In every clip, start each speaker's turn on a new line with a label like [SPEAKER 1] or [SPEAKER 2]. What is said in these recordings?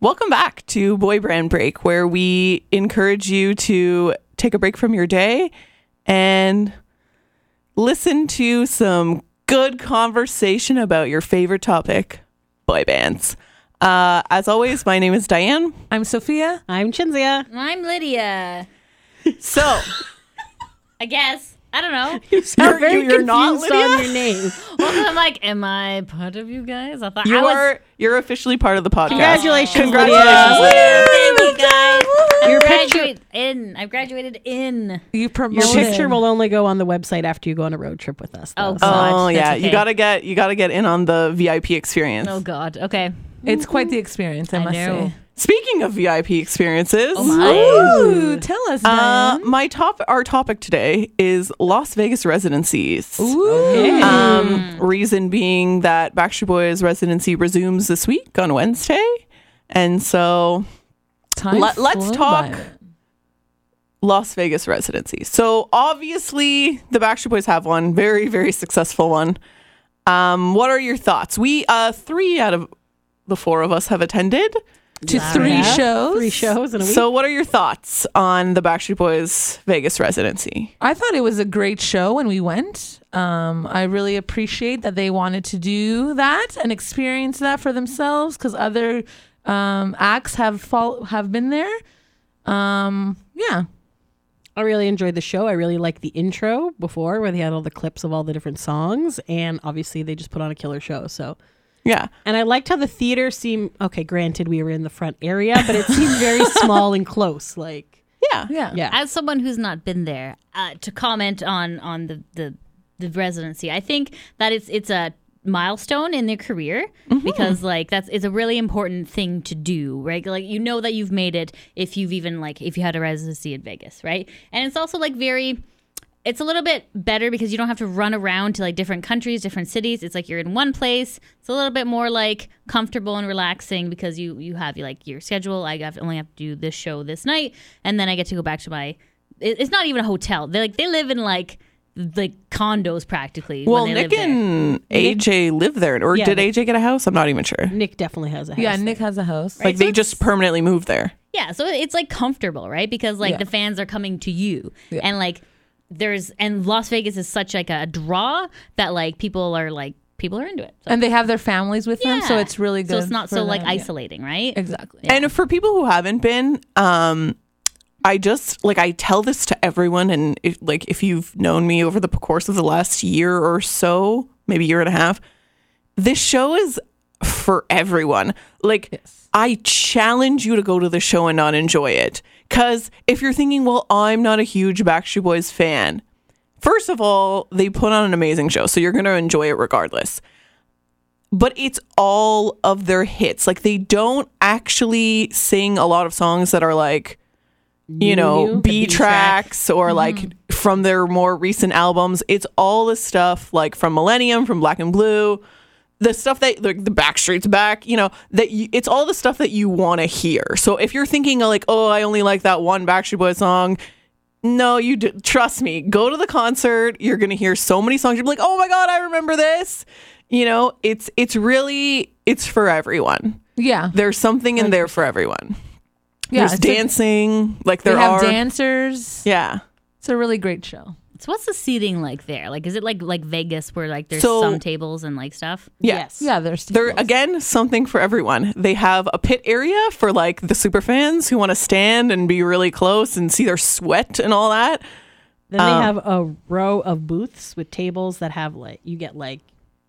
[SPEAKER 1] Welcome back to Boy Brand Break, where we encourage you to take a break from your day and listen to some good conversation about your favorite topic, boy bands. Uh, as always, my name is Diane.
[SPEAKER 2] I'm Sophia.
[SPEAKER 3] I'm Chinzia.
[SPEAKER 4] I'm Lydia.
[SPEAKER 1] So
[SPEAKER 4] I guess. I don't know.
[SPEAKER 1] you're, you're not
[SPEAKER 3] confused
[SPEAKER 1] Lydia.
[SPEAKER 3] on your name.
[SPEAKER 4] Well, I'm like, am I part of you guys? I thought
[SPEAKER 1] You
[SPEAKER 4] I was.
[SPEAKER 1] are you're officially part of the podcast.
[SPEAKER 3] Congratulations,
[SPEAKER 1] Congratulations,
[SPEAKER 3] Lydia.
[SPEAKER 1] Lydia.
[SPEAKER 4] Thank you guys.
[SPEAKER 3] Your
[SPEAKER 4] I've
[SPEAKER 3] picture-
[SPEAKER 4] graduated in. I've graduated in.
[SPEAKER 2] You
[SPEAKER 3] Your
[SPEAKER 2] promoted.
[SPEAKER 3] picture will only go on the website after you go on a road trip with us. though.
[SPEAKER 4] Oh,
[SPEAKER 3] So-
[SPEAKER 4] God.
[SPEAKER 1] Oh
[SPEAKER 4] That's
[SPEAKER 1] yeah, you
[SPEAKER 4] okay.
[SPEAKER 1] gotta get you gotta get in on the VIP experience.
[SPEAKER 4] Oh God. Okay.
[SPEAKER 2] It's quite the experience, I,
[SPEAKER 4] I
[SPEAKER 2] must
[SPEAKER 4] know.
[SPEAKER 2] say.
[SPEAKER 1] Speaking of VIP experiences,
[SPEAKER 4] Oh my.
[SPEAKER 2] Ooh, tell us,
[SPEAKER 1] uh, my top our topic today is Las Vegas residencies.
[SPEAKER 2] Ooh.
[SPEAKER 1] Um, reason being that Backstreet Boys residency resumes this week on Wednesday, and so
[SPEAKER 2] Time
[SPEAKER 1] let- let's
[SPEAKER 2] flew
[SPEAKER 1] talk-
[SPEAKER 2] by.
[SPEAKER 1] Las Vegas residency. So obviously, the Backstreet Boys have one very, very successful one. Um, what are your thoughts? We uh, three out of the four of us have attended.
[SPEAKER 2] to
[SPEAKER 4] Wow.
[SPEAKER 2] three
[SPEAKER 3] Yeah.
[SPEAKER 2] shows.
[SPEAKER 3] Three shows in a week.
[SPEAKER 1] So, what are your thoughts on the Backstreet Boys Vegas residency?
[SPEAKER 2] I thought it was a great show when we went. Um, I really appreciate that they wanted to do that and experience that for themselves because other um, acts have fall- have been there. Um, yeah,
[SPEAKER 3] I really enjoyed the show. I really liked the intro before where they had all the clips of all the different songs. And obviously, they just put on a killer show. So,
[SPEAKER 1] Yeah,
[SPEAKER 3] and I liked how the theater seemed okay. Granted, we were in the front area, but it seemed very small and close. Like,
[SPEAKER 1] yeah,
[SPEAKER 2] yeah,
[SPEAKER 3] yeah.
[SPEAKER 4] As someone who's not been there, uh, to comment on on the, the the residency, I think that it's it's a milestone in their career because like that's it's a really important thing to do, right? Like you know that you've made it if you've even like if you had a residency in Vegas, right? And it's also like very it's a little bit better because you don't have to run around to like different countries, different cities. It's like you're in one place. It's a little bit more like comfortable and relaxing because you you have like your schedule. I have only have to do this show this night, and then I get to go back to my. it- It's not even a hotel. They like they live in like like condos practically. when
[SPEAKER 1] Well,
[SPEAKER 4] they
[SPEAKER 1] Nick
[SPEAKER 4] live there.
[SPEAKER 1] and AJ live there, or
[SPEAKER 3] Yeah,
[SPEAKER 1] did
[SPEAKER 3] they- Mm.
[SPEAKER 1] AJ get a house? I'm not even sure.
[SPEAKER 3] Nick definitely has a house.
[SPEAKER 2] Yeah, Nick has a host.
[SPEAKER 1] like they just permanently moved there.
[SPEAKER 4] Yeah, so it's like comfortable, right? Because like
[SPEAKER 2] Yeah.
[SPEAKER 4] the fans are coming to you, and like there's and Las Vegas is such like a draw that like people are like people are into it. So,
[SPEAKER 2] and they have their families with them, so
[SPEAKER 4] yeah.
[SPEAKER 2] it's really good.
[SPEAKER 4] So it's not
[SPEAKER 2] for
[SPEAKER 4] so like
[SPEAKER 2] them, yeah.
[SPEAKER 4] isolating, right?
[SPEAKER 2] Exactly.
[SPEAKER 1] And for people who haven't been, um, I just like I tell this to everyone, and if, like if you've known me over the course of the last year or so, maybe year and a half, this show is for everyone. Like I challenge you to go to the show and not enjoy it, because if you're thinking, well, I'm not a huge Backstreet Boys fan. First of all, they put on an amazing show, so you're going to enjoy it regardless but it's all of their hits. Like they don't actually sing a lot of songs that are like, you know,
[SPEAKER 3] new, the
[SPEAKER 1] B
[SPEAKER 3] B Mm-hmm.
[SPEAKER 1] tracks or like from their more recent albums. It's all the stuff like from Millennium, from Black and Blue, the stuff that like the Backstreet's back. You know that you, it's all the stuff that you want to hear. So if you're thinking like, oh, I only like that one Backstreet Boy song, no, you d- trust me. Go to the concert. You're gonna hear so many songs. You're like, oh my god, I remember this. You know, it's it's really it's for everyone.
[SPEAKER 2] yeah,
[SPEAKER 1] There's something in there for everyone.
[SPEAKER 2] yeah.
[SPEAKER 1] There's
[SPEAKER 2] it's a-
[SPEAKER 1] dancing, like
[SPEAKER 2] they
[SPEAKER 1] there
[SPEAKER 2] have
[SPEAKER 1] are.
[SPEAKER 2] dancers.
[SPEAKER 1] yeah.
[SPEAKER 2] It's a really great show.
[SPEAKER 4] So what's the seating like there? Like, is it like like Vegas where like there's
[SPEAKER 1] So-
[SPEAKER 4] some tables and like stuff?
[SPEAKER 1] yeah,
[SPEAKER 3] Yes.
[SPEAKER 2] Yeah, there's
[SPEAKER 1] There again, something for everyone. They have a pit area for like the super fans who want to stand and be really close and see their sweat and all that.
[SPEAKER 3] Then
[SPEAKER 1] Oh.
[SPEAKER 3] they have a row of booths with tables that have like you get like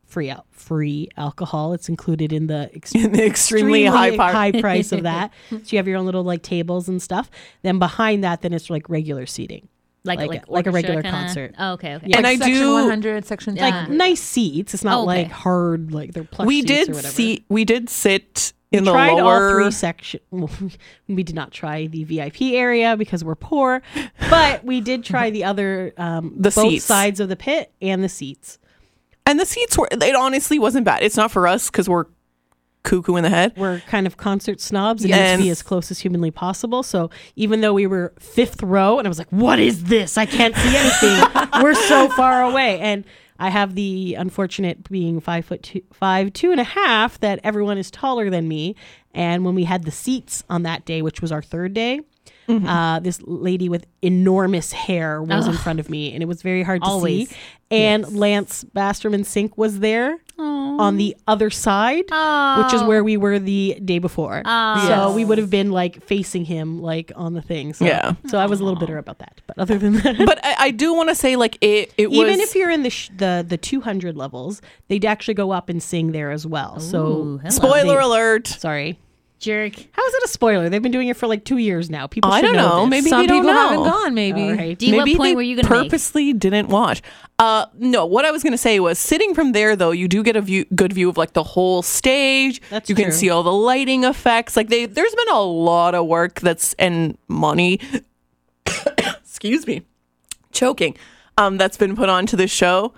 [SPEAKER 3] free out free alcohol. It's included in the ex-
[SPEAKER 1] In the extremely, high part.
[SPEAKER 3] price of that. so you have your own little like tables and stuff. Then behind that, then it's like regular seating,
[SPEAKER 4] Like
[SPEAKER 3] Like
[SPEAKER 4] like
[SPEAKER 3] a- like a
[SPEAKER 4] orchestra
[SPEAKER 3] regular
[SPEAKER 4] kinda?
[SPEAKER 3] concert.
[SPEAKER 4] Oh, okay, okay.
[SPEAKER 1] and I
[SPEAKER 2] section
[SPEAKER 1] do
[SPEAKER 2] 100, section
[SPEAKER 4] Like,
[SPEAKER 2] 200.
[SPEAKER 3] nice seats. It's not
[SPEAKER 4] Oh, okay.
[SPEAKER 3] like hard like they're plush.
[SPEAKER 1] we
[SPEAKER 3] seats or
[SPEAKER 1] did
[SPEAKER 3] whatever.
[SPEAKER 1] see we did sit in the
[SPEAKER 3] tried all
[SPEAKER 1] lower
[SPEAKER 3] three section. we did not try the VIP area because we're poor, but we did try the other um,
[SPEAKER 1] The
[SPEAKER 3] both
[SPEAKER 1] seats.
[SPEAKER 3] sides of the pit and the seats.
[SPEAKER 1] and the seats were it honestly wasn't bad it's not for us because we're cuckoo in the head
[SPEAKER 3] we're kind of concert snobs and need
[SPEAKER 1] Yes.
[SPEAKER 3] to be as close as humanly possible. So even though we were fifth row and I was like, what is this? I can't see anything. we're so far away. And I have the unfortunate being five foot two, five two and a half that everyone is taller than me. And when we had the seats on that day, which was our third day, uh, this lady with enormous hair was in front of me, and it was very hard to
[SPEAKER 4] Always.
[SPEAKER 3] see. And Lance Basterman Sink was there on the other side,
[SPEAKER 4] Oh,
[SPEAKER 3] which is
[SPEAKER 4] Um,
[SPEAKER 3] where we were the day before.
[SPEAKER 4] uh,
[SPEAKER 3] So we would have been like facing him, like on the thing. So,
[SPEAKER 1] Yeah.
[SPEAKER 3] So I was a little bitter about that, but other than that,
[SPEAKER 1] But I, I do want to say, like it. It was
[SPEAKER 3] even if you're in the sh- the the 200 levels, they'd actually go up and sing there as well.
[SPEAKER 4] Ooh,
[SPEAKER 3] so uh,
[SPEAKER 4] hello.
[SPEAKER 1] spoiler alert.
[SPEAKER 3] sorry.
[SPEAKER 4] jerk.
[SPEAKER 3] How is it a spoiler? They've been doing it for like two years now. People,
[SPEAKER 1] I
[SPEAKER 3] should
[SPEAKER 1] don't
[SPEAKER 3] know.
[SPEAKER 1] know.
[SPEAKER 3] this.
[SPEAKER 1] Maybe
[SPEAKER 2] Some
[SPEAKER 1] they don't
[SPEAKER 2] people haven't
[SPEAKER 1] know.
[SPEAKER 2] gone. Maybe
[SPEAKER 3] All right.
[SPEAKER 4] D, what
[SPEAKER 1] Maybe
[SPEAKER 4] point
[SPEAKER 1] they
[SPEAKER 4] were you gonna make?
[SPEAKER 1] purposely didn't watch. Uh, no, what I was gonna say was sitting from there though, you do get a view, good view of like the whole stage.
[SPEAKER 3] That's
[SPEAKER 1] you
[SPEAKER 3] true.
[SPEAKER 1] can see all the lighting effects. Like they, there's been a lot of work that's and money. excuse me, choking. Um, that's been put onto the show,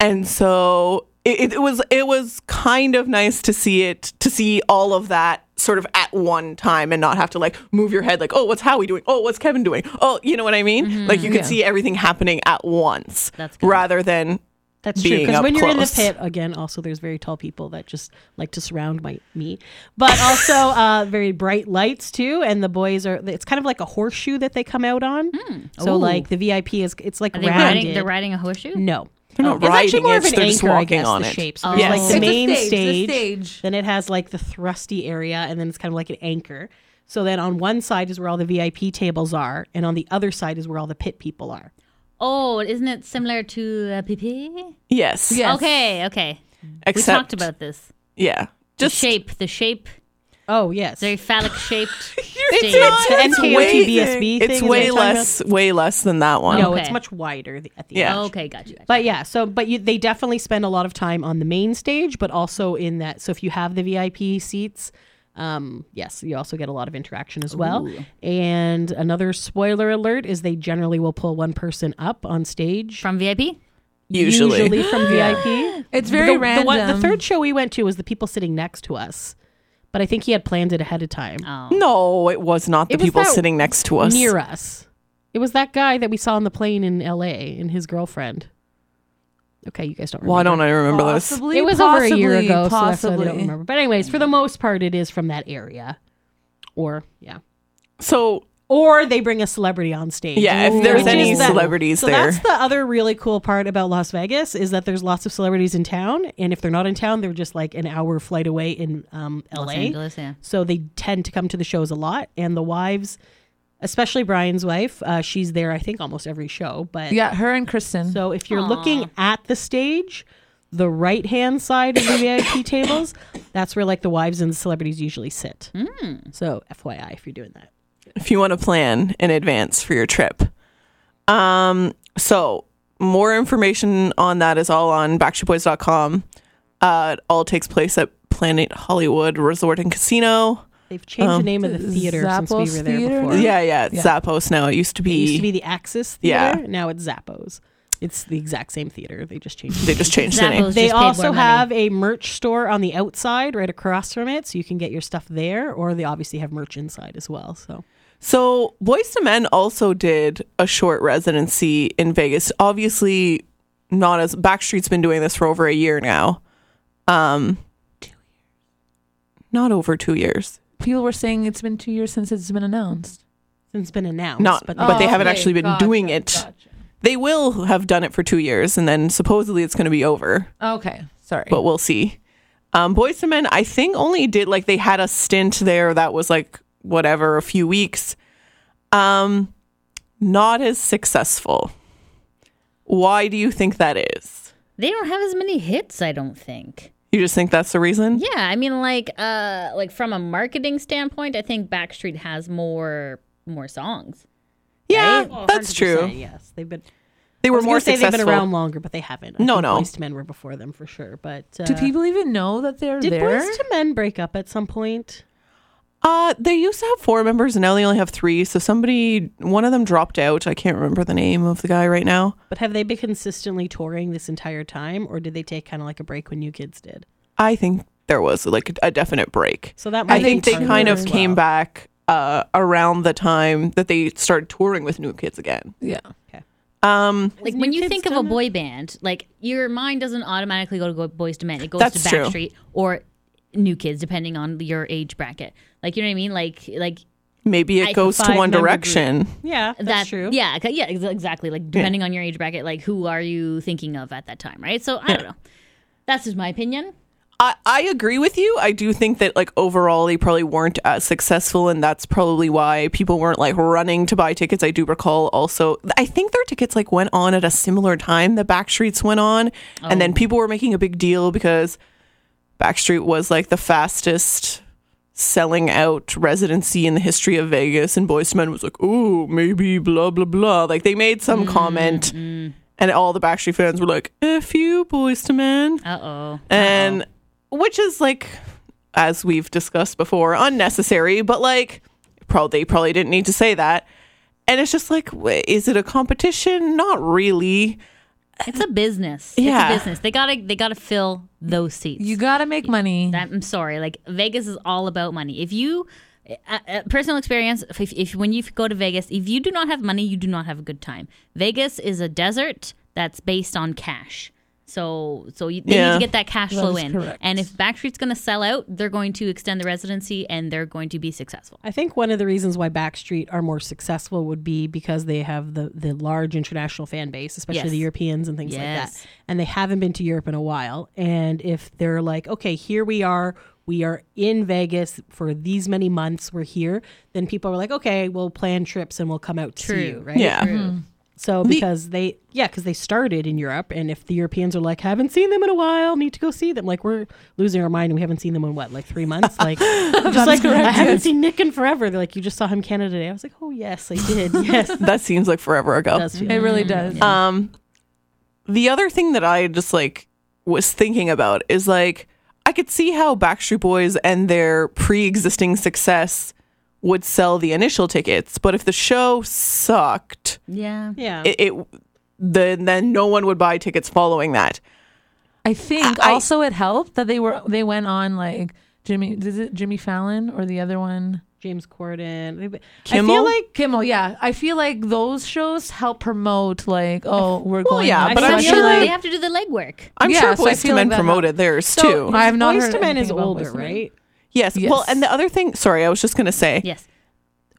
[SPEAKER 1] and so it, it- it was it was kind of nice to see it to see all of that sort of at one time and not have to like move your head like oh what's Howie doing oh what's Kevin doing oh you know what I mean like you could see everything happening at once
[SPEAKER 4] That's good.
[SPEAKER 1] rather than
[SPEAKER 3] That's true.
[SPEAKER 1] being
[SPEAKER 3] Because
[SPEAKER 1] up
[SPEAKER 3] when you're in the
[SPEAKER 1] close.
[SPEAKER 3] pit, again, also there's very tall people that just like to surround my me, but also uh, very bright lights too. And the boys are. It's kind of like a horseshoe that they come out on. So
[SPEAKER 4] Ooh.
[SPEAKER 3] like the VIP is. It's like
[SPEAKER 4] Are they riding?
[SPEAKER 3] rounded.
[SPEAKER 4] They're riding a horseshoe.
[SPEAKER 3] no.
[SPEAKER 1] they're not
[SPEAKER 3] It's
[SPEAKER 1] riding
[SPEAKER 3] actually more
[SPEAKER 1] it
[SPEAKER 3] of an
[SPEAKER 1] they're just
[SPEAKER 3] anchor, I
[SPEAKER 1] walking
[SPEAKER 3] guess,
[SPEAKER 1] on
[SPEAKER 3] the
[SPEAKER 1] it
[SPEAKER 3] shape.
[SPEAKER 4] Oh.
[SPEAKER 3] So there's
[SPEAKER 1] Yes.
[SPEAKER 3] like the
[SPEAKER 1] It's
[SPEAKER 2] a
[SPEAKER 3] main
[SPEAKER 2] stage,
[SPEAKER 3] stage,
[SPEAKER 2] it's a stage.
[SPEAKER 3] Then it has like the thrusty area, and then it's kind of like an anchor. So then on one side is where all the VIP tables are, and on the other side is where all the pit people are.
[SPEAKER 4] Oh, isn't it similar to uh, PP?
[SPEAKER 1] yes
[SPEAKER 2] Yeah. Yes.
[SPEAKER 4] Okay, okay.
[SPEAKER 1] except
[SPEAKER 4] we talked about this.
[SPEAKER 1] yeah
[SPEAKER 4] The
[SPEAKER 1] just
[SPEAKER 4] shape, the shape,
[SPEAKER 3] Oh yes,
[SPEAKER 4] very phallic shaped.
[SPEAKER 1] it's,
[SPEAKER 3] not-
[SPEAKER 1] it's
[SPEAKER 3] NKOT
[SPEAKER 1] way,
[SPEAKER 3] BSB thing
[SPEAKER 1] it's
[SPEAKER 3] is what
[SPEAKER 1] way
[SPEAKER 3] you're talking
[SPEAKER 1] less way less than that one
[SPEAKER 3] no,
[SPEAKER 4] Okay.
[SPEAKER 3] it's much wider th- at the
[SPEAKER 1] Yeah.
[SPEAKER 3] end.
[SPEAKER 4] okay, got you.
[SPEAKER 3] But yeah, so but you, they definitely spend a lot of time on the main stage, but also in that. So if you have the VIP seats, um, yes, you also get a lot of interaction as well. And another spoiler alert is they generally will pull one person up on stage,
[SPEAKER 4] From VIP.
[SPEAKER 1] usually,
[SPEAKER 3] from VIP.
[SPEAKER 2] It's very
[SPEAKER 3] the,
[SPEAKER 2] random.
[SPEAKER 3] The, one, the third show we went to was the people sitting next to us, but I think he had planned it ahead of time
[SPEAKER 4] Oh,
[SPEAKER 1] no it was not the
[SPEAKER 3] It was
[SPEAKER 1] people
[SPEAKER 3] that
[SPEAKER 1] sitting next to us
[SPEAKER 3] near us. It was that guy that we saw on the plane in L.A. and his girlfriend. Okay, you guys don't. Remember.
[SPEAKER 1] why don't I remember this
[SPEAKER 2] Possibly,
[SPEAKER 3] It was
[SPEAKER 2] possibly,
[SPEAKER 3] over a year ago, so that's why
[SPEAKER 2] Possibly.
[SPEAKER 3] I don't remember. But anyways, for the most part, it is from that area, or yeah,
[SPEAKER 1] so
[SPEAKER 3] or they bring a celebrity on stage.
[SPEAKER 1] Yeah, if
[SPEAKER 3] Which
[SPEAKER 1] there's
[SPEAKER 3] is
[SPEAKER 1] any
[SPEAKER 3] the-
[SPEAKER 1] celebrities
[SPEAKER 3] So
[SPEAKER 1] there.
[SPEAKER 3] that's the other really cool part about Las Vegas is that there's lots of celebrities in town, and if they're not in town, they're just like an hour flight away in um,
[SPEAKER 4] Los
[SPEAKER 3] L.A.
[SPEAKER 4] Angeles, yeah.
[SPEAKER 3] So they tend to come to the shows a lot, and the wives, especially Brian's wife, uh, she's there I think almost every show. But
[SPEAKER 2] Yeah, her and Kristen.
[SPEAKER 3] so if you're looking at the stage, the right hand side of the VIP tables, that's where like the wives and the celebrities usually sit. So FYI, if you're doing that.
[SPEAKER 1] if you want to plan in advance for your trip. Um, so more information on that is all on backstreetboys.com. Uh, it all takes place at Planet Hollywood Resort and Casino.
[SPEAKER 3] They've changed the name of the theater since we
[SPEAKER 2] Zappos
[SPEAKER 3] were there
[SPEAKER 2] Theater
[SPEAKER 3] before.
[SPEAKER 2] now?
[SPEAKER 3] It
[SPEAKER 1] Yeah, yeah, it's Zappos now. It used to be,
[SPEAKER 3] used to be the Axis
[SPEAKER 1] Yeah.
[SPEAKER 3] Theater, now it's Zappos. It's the exact same theater. They just changed it.
[SPEAKER 1] they just changed the name.
[SPEAKER 4] Zappos
[SPEAKER 3] They
[SPEAKER 4] just paid more
[SPEAKER 3] also
[SPEAKER 4] money.
[SPEAKER 3] have a merch store on the outside right across from it, so you can get your stuff there, or they obviously have merch inside as well. So
[SPEAKER 1] So Boys to Men also did a short residency in Vegas. Obviously, not as Backstreet's been doing this for over a year now. Um, not over two years.
[SPEAKER 2] People were saying it's been two years since it's been announced.
[SPEAKER 3] it's been announced.
[SPEAKER 1] Not-
[SPEAKER 3] but Oh.
[SPEAKER 1] but they haven't actually been doing it. They will have done it for two years, and then supposedly it's going to be over,
[SPEAKER 2] Okay, sorry.
[SPEAKER 1] but we'll see. Um, Boys to Men, I think, only did like they had a stint there that was like whatever, a few weeks. Um, not as successful. Why do you think that is?
[SPEAKER 4] They don't have as many hits, I don't think.
[SPEAKER 1] You just think that's the reason?
[SPEAKER 4] Yeah, I mean, like, uh, like from a marketing standpoint, I think Backstreet has more more songs.
[SPEAKER 1] Yeah,
[SPEAKER 3] Oh,
[SPEAKER 1] that's
[SPEAKER 3] 100%,
[SPEAKER 1] true.
[SPEAKER 3] Yes, they've been.
[SPEAKER 1] They
[SPEAKER 3] I
[SPEAKER 1] were
[SPEAKER 3] was
[SPEAKER 1] more
[SPEAKER 3] gonna say
[SPEAKER 1] successful.
[SPEAKER 3] They've been around longer, but they haven't. I
[SPEAKER 1] No,
[SPEAKER 3] think
[SPEAKER 1] no.
[SPEAKER 3] Boyz II Men were before them for sure. But uh,
[SPEAKER 2] Do people even know that they're
[SPEAKER 3] did
[SPEAKER 2] there?
[SPEAKER 3] Boys to Men break up at some point?
[SPEAKER 1] Uh, they used to have four members, and now they only have three. So somebody, one of them dropped out. I can't remember the name of the guy right now.
[SPEAKER 3] But have they been consistently touring this entire time, or did they take kind of like a break when New Kids did?
[SPEAKER 1] I think there was like a, a definite break.
[SPEAKER 3] So that might
[SPEAKER 1] I think
[SPEAKER 3] be
[SPEAKER 1] they
[SPEAKER 3] part
[SPEAKER 1] kind
[SPEAKER 3] it
[SPEAKER 1] of
[SPEAKER 3] as
[SPEAKER 1] came
[SPEAKER 3] well.
[SPEAKER 1] back uh, around the time that they started touring with New Kids again.
[SPEAKER 2] Yeah.
[SPEAKER 1] Um,
[SPEAKER 4] Like when you think of a boy band, like your mind doesn't automatically go to Go- Boys to Men. It goes
[SPEAKER 1] That's
[SPEAKER 4] to
[SPEAKER 1] true.
[SPEAKER 4] Backstreet or New Kids, depending on your age bracket. Like you know what I mean? Like like
[SPEAKER 1] maybe
[SPEAKER 4] I-
[SPEAKER 1] it goes to
[SPEAKER 3] five
[SPEAKER 1] One
[SPEAKER 3] member group.
[SPEAKER 1] Direction.
[SPEAKER 3] Yeah, that's
[SPEAKER 4] that,
[SPEAKER 3] true.
[SPEAKER 4] Yeah, 'cause- yeah, ex- exactly. Like depending on your age bracket, like who are you thinking of at that time, right? So I don't know. That's just my opinion.
[SPEAKER 1] I, I agree with you. I do think that like overall they probably weren't as successful and that's probably why people weren't like running to buy tickets. I do recall also I think their tickets like went on at a similar time the Backstreets went on and then people were making a big deal because Backstreet was like the fastest selling out residency in the history of Vegas and Boyz II Men was like, "Ooh, maybe blah blah blah." Like they made some comment and all the Backstreet fans were like, "F you, Boyz II Men."
[SPEAKER 4] Uh oh.
[SPEAKER 1] and which is like as we've discussed before unnecessary but like probably they probably didn't need to say that and it's just like w- is it a competition not really
[SPEAKER 4] it's a business.
[SPEAKER 1] Yeah.
[SPEAKER 4] It's a business. They gotta they gotta fill those seats.
[SPEAKER 2] You gotta make money.
[SPEAKER 4] That- I'm sorry. Like Vegas is all about money. If you uh, uh, personal experience, if, if, if when you go to Vegas, if you do not have money, you do not have a good time. Vegas is a desert that's based on cash. So so you, they need
[SPEAKER 1] Yeah.
[SPEAKER 4] to get that cash
[SPEAKER 2] That
[SPEAKER 4] flow
[SPEAKER 2] is
[SPEAKER 4] in.
[SPEAKER 2] correct.
[SPEAKER 4] And if Backstreet's going to sell out, they're going to extend the residency and they're going to be successful.
[SPEAKER 3] I think one of the reasons why Backstreet are more successful would be because they have the the large international fan base, especially
[SPEAKER 4] Yes.
[SPEAKER 3] the Europeans and things like
[SPEAKER 4] Yes.
[SPEAKER 3] that. And they haven't been to Europe in a while. And if they're like, okay, here we are, we are in Vegas for these many months, we're here, then people are like, okay, we'll plan trips and we'll come out to you, right?
[SPEAKER 1] yeah
[SPEAKER 3] So because they, yeah, because they started in Europe, and if the Europeans are like, haven't seen them in a while, need to go see them, like we're losing our mind, and we haven't seen them in what, like three months, like just like I haven't seen Nick in forever. They're like, you just saw him Canada Day. I was like, oh yes, I did. Yes, It
[SPEAKER 1] that seems like forever ago
[SPEAKER 3] does feel-
[SPEAKER 2] it really does.
[SPEAKER 1] Um, the other thing that I just like was thinking about is like I could see how Backstreet Boys and their pre-existing success would sell the initial tickets, but if the show sucked,
[SPEAKER 4] Yeah.
[SPEAKER 3] yeah.
[SPEAKER 1] it, it then then no one would buy tickets following that.
[SPEAKER 2] I think
[SPEAKER 1] I-
[SPEAKER 2] also it helped that they were they went on like Jimmy is it Jimmy Fallon or the other one?
[SPEAKER 3] James Corden. I
[SPEAKER 1] Kimmel?
[SPEAKER 3] feel like
[SPEAKER 2] Kimmel, yeah. I feel like those shows help promote like, oh, we're going
[SPEAKER 1] yeah,
[SPEAKER 2] on
[SPEAKER 1] but I'm
[SPEAKER 4] They
[SPEAKER 2] session.
[SPEAKER 1] sure
[SPEAKER 4] have-
[SPEAKER 1] like-
[SPEAKER 4] they have to do the legwork.
[SPEAKER 1] I'm
[SPEAKER 2] Yeah,
[SPEAKER 1] sure
[SPEAKER 2] so I
[SPEAKER 1] Boys
[SPEAKER 2] feel
[SPEAKER 1] to Men
[SPEAKER 2] like that-
[SPEAKER 1] promoted theirs too.
[SPEAKER 2] I have not
[SPEAKER 3] Boyz
[SPEAKER 2] heard
[SPEAKER 3] II Men
[SPEAKER 2] anything
[SPEAKER 3] is
[SPEAKER 2] about
[SPEAKER 3] older,
[SPEAKER 2] Boyz II Men.
[SPEAKER 3] right?
[SPEAKER 1] yes.
[SPEAKER 2] Yes.
[SPEAKER 1] Well, and the other thing, sorry, I was just going to say,
[SPEAKER 4] Yes.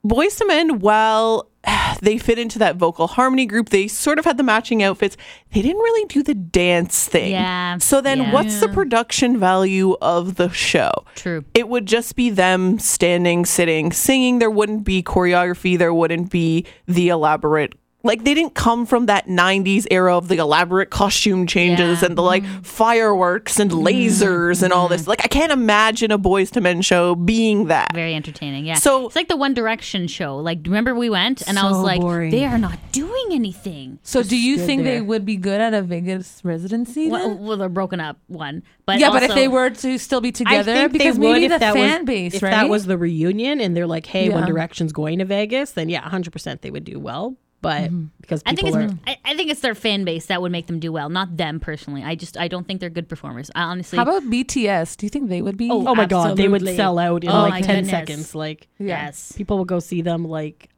[SPEAKER 1] Boys to Men, while they fit into that vocal harmony group, they sort of had the matching outfits. They didn't really do the dance thing.
[SPEAKER 4] Yeah,
[SPEAKER 1] So then,
[SPEAKER 4] yeah.
[SPEAKER 1] what's the production value of the show?
[SPEAKER 4] True.
[SPEAKER 1] It would just be them standing, sitting, singing. There wouldn't be choreography. There wouldn't be the elaborate. Like they didn't come from that '90s era of the elaborate costume changes
[SPEAKER 4] Yeah.
[SPEAKER 1] and the like fireworks and lasers and all this. Like I can't imagine a Boys to Men show being that.
[SPEAKER 4] Very entertaining. Yeah.
[SPEAKER 1] So-
[SPEAKER 4] it's like the One Direction show. Like, remember we went and I was
[SPEAKER 3] So
[SPEAKER 4] like,
[SPEAKER 3] boring.
[SPEAKER 4] they are not doing anything.
[SPEAKER 2] So do you
[SPEAKER 3] stood
[SPEAKER 2] think they
[SPEAKER 3] there.
[SPEAKER 2] would be good at a Vegas residency?
[SPEAKER 4] Well,
[SPEAKER 2] then?
[SPEAKER 4] well, they're broken up one, but
[SPEAKER 2] yeah, but if
[SPEAKER 4] also-
[SPEAKER 2] they were to still be
[SPEAKER 3] I
[SPEAKER 2] together,
[SPEAKER 3] think
[SPEAKER 2] because
[SPEAKER 3] they would
[SPEAKER 2] maybe
[SPEAKER 3] if
[SPEAKER 2] the
[SPEAKER 3] that
[SPEAKER 2] fan
[SPEAKER 3] was,
[SPEAKER 2] base,
[SPEAKER 3] if
[SPEAKER 2] right?
[SPEAKER 3] that was the reunion, and they're like, "Hey, One
[SPEAKER 2] Yeah.
[SPEAKER 3] Direction's going to Vegas," then yeah, 100 percent they would do well. But
[SPEAKER 2] Mm-hmm.
[SPEAKER 3] because
[SPEAKER 4] I
[SPEAKER 3] people
[SPEAKER 4] think it's
[SPEAKER 3] are,
[SPEAKER 4] I, I think it's their fan base that would make them do well, not them personally. I just I don't think they're good performers. I honestly,
[SPEAKER 2] How about BTS? Do you think they would be?
[SPEAKER 3] oh my god, they would
[SPEAKER 4] Absolutely.
[SPEAKER 3] sell out in
[SPEAKER 4] Oh my
[SPEAKER 3] like 10
[SPEAKER 4] goodness.
[SPEAKER 3] seconds. Like
[SPEAKER 4] yes,
[SPEAKER 3] people will go see them like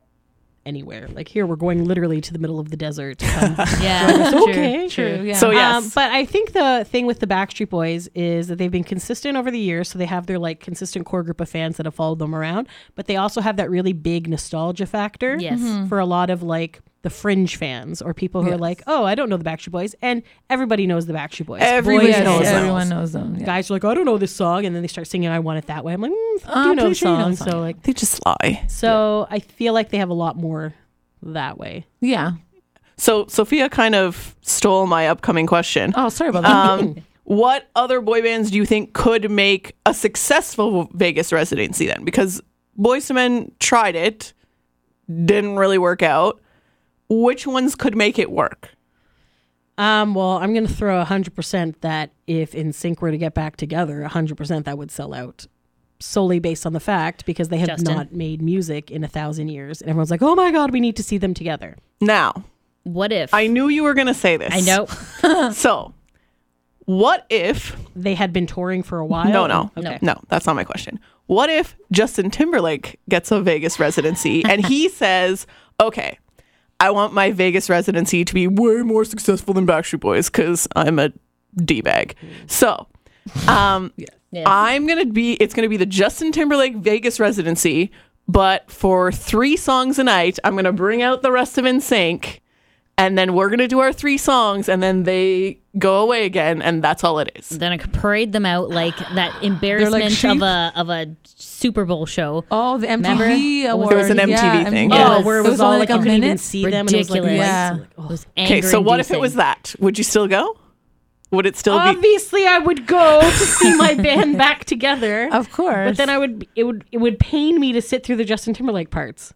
[SPEAKER 3] anywhere. Like here, we're going literally to the middle of the desert. to come.
[SPEAKER 4] yeah, true.
[SPEAKER 3] okay,
[SPEAKER 2] true. Yeah.
[SPEAKER 1] So yes,
[SPEAKER 3] Um, but I think the thing with the Backstreet Boys is that they've been consistent over the years, so they have their like consistent core group of fans that have followed them around. But they also have that really big nostalgia factor
[SPEAKER 4] Yes. Mhm.
[SPEAKER 1] Mm.
[SPEAKER 3] for a lot of like the fringe fans or people who are
[SPEAKER 2] Yes.
[SPEAKER 3] like, "Oh, I don't know the Backstreet Boys," and everybody knows the Backstreet Boys.
[SPEAKER 1] Everybody
[SPEAKER 3] Boys
[SPEAKER 2] Yes,
[SPEAKER 1] knows them.
[SPEAKER 2] everyone knows them. Yeah.
[SPEAKER 3] Guys are like, "I don't know this song," and then they start singing "I Want It That Way." I'm like, mm, fuck,
[SPEAKER 2] Uh,
[SPEAKER 1] Oh,
[SPEAKER 3] "You know the
[SPEAKER 2] pretty sure you know
[SPEAKER 3] song,"
[SPEAKER 2] the song,
[SPEAKER 3] so like,
[SPEAKER 1] they just lie.
[SPEAKER 3] so I feel like they have a lot more that way.
[SPEAKER 2] yeah.
[SPEAKER 1] So Sophia kind of stole my upcoming question.
[SPEAKER 2] Oh, sorry about that.
[SPEAKER 3] Uh,
[SPEAKER 1] Um, what other boy bands do you think could make a successful Vegas residency then? Because Boys to Men tried it, didn't really work out. Which ones could make it work?
[SPEAKER 3] Um, well, I'm going to throw 100% that if NSYNC were to get back together, 100% that would sell out solely based on the fact because they have
[SPEAKER 4] Justin.
[SPEAKER 3] not made music in a thousand years. And everyone's like, oh my God, we need to see them together.
[SPEAKER 1] Now,
[SPEAKER 4] What if
[SPEAKER 1] I knew you were going to say this.
[SPEAKER 4] I know?
[SPEAKER 1] So, what if
[SPEAKER 3] They had been touring for a while.
[SPEAKER 1] No, no,
[SPEAKER 3] Okay.
[SPEAKER 1] no. That's not my question. What if Justin Timberlake gets a Vegas residency and he says, "Okay, I want my Vegas residency to be way more successful than Backstreet Boys because I'm a d bag. So, um,
[SPEAKER 4] Yeah.
[SPEAKER 1] I'm gonna be. It's gonna be the Justin Timberlake Vegas residency, but for three songs a night, I'm gonna bring out the rest of In Sync, and then we're gonna do our three songs, and then they go away again, and that's all it is.
[SPEAKER 4] Then I could parade them out like that embarrassment
[SPEAKER 2] sheep.
[SPEAKER 4] of a of a Super Bowl show.
[SPEAKER 2] Oh, the MTV
[SPEAKER 4] Remember?
[SPEAKER 2] award.
[SPEAKER 4] There was
[SPEAKER 1] an
[SPEAKER 2] yeah,
[SPEAKER 1] MTV thing,
[SPEAKER 2] MTV.
[SPEAKER 4] yeah.
[SPEAKER 3] oh, where it
[SPEAKER 4] It
[SPEAKER 3] was,
[SPEAKER 2] was
[SPEAKER 3] all
[SPEAKER 2] only
[SPEAKER 3] like
[SPEAKER 2] like
[SPEAKER 3] you
[SPEAKER 2] a
[SPEAKER 3] couldn't even
[SPEAKER 2] minute.
[SPEAKER 3] see
[SPEAKER 4] Ridiculous.
[SPEAKER 3] them. And it was like,
[SPEAKER 2] Yeah.
[SPEAKER 3] lights. Like, oh.
[SPEAKER 1] Okay, so what if it was that? Would you still go? Would it still be?
[SPEAKER 3] Obviously, I would go to see my band back together.
[SPEAKER 2] Of course.
[SPEAKER 3] But then I would it would it would pain me to sit through the Justin Timberlake parts,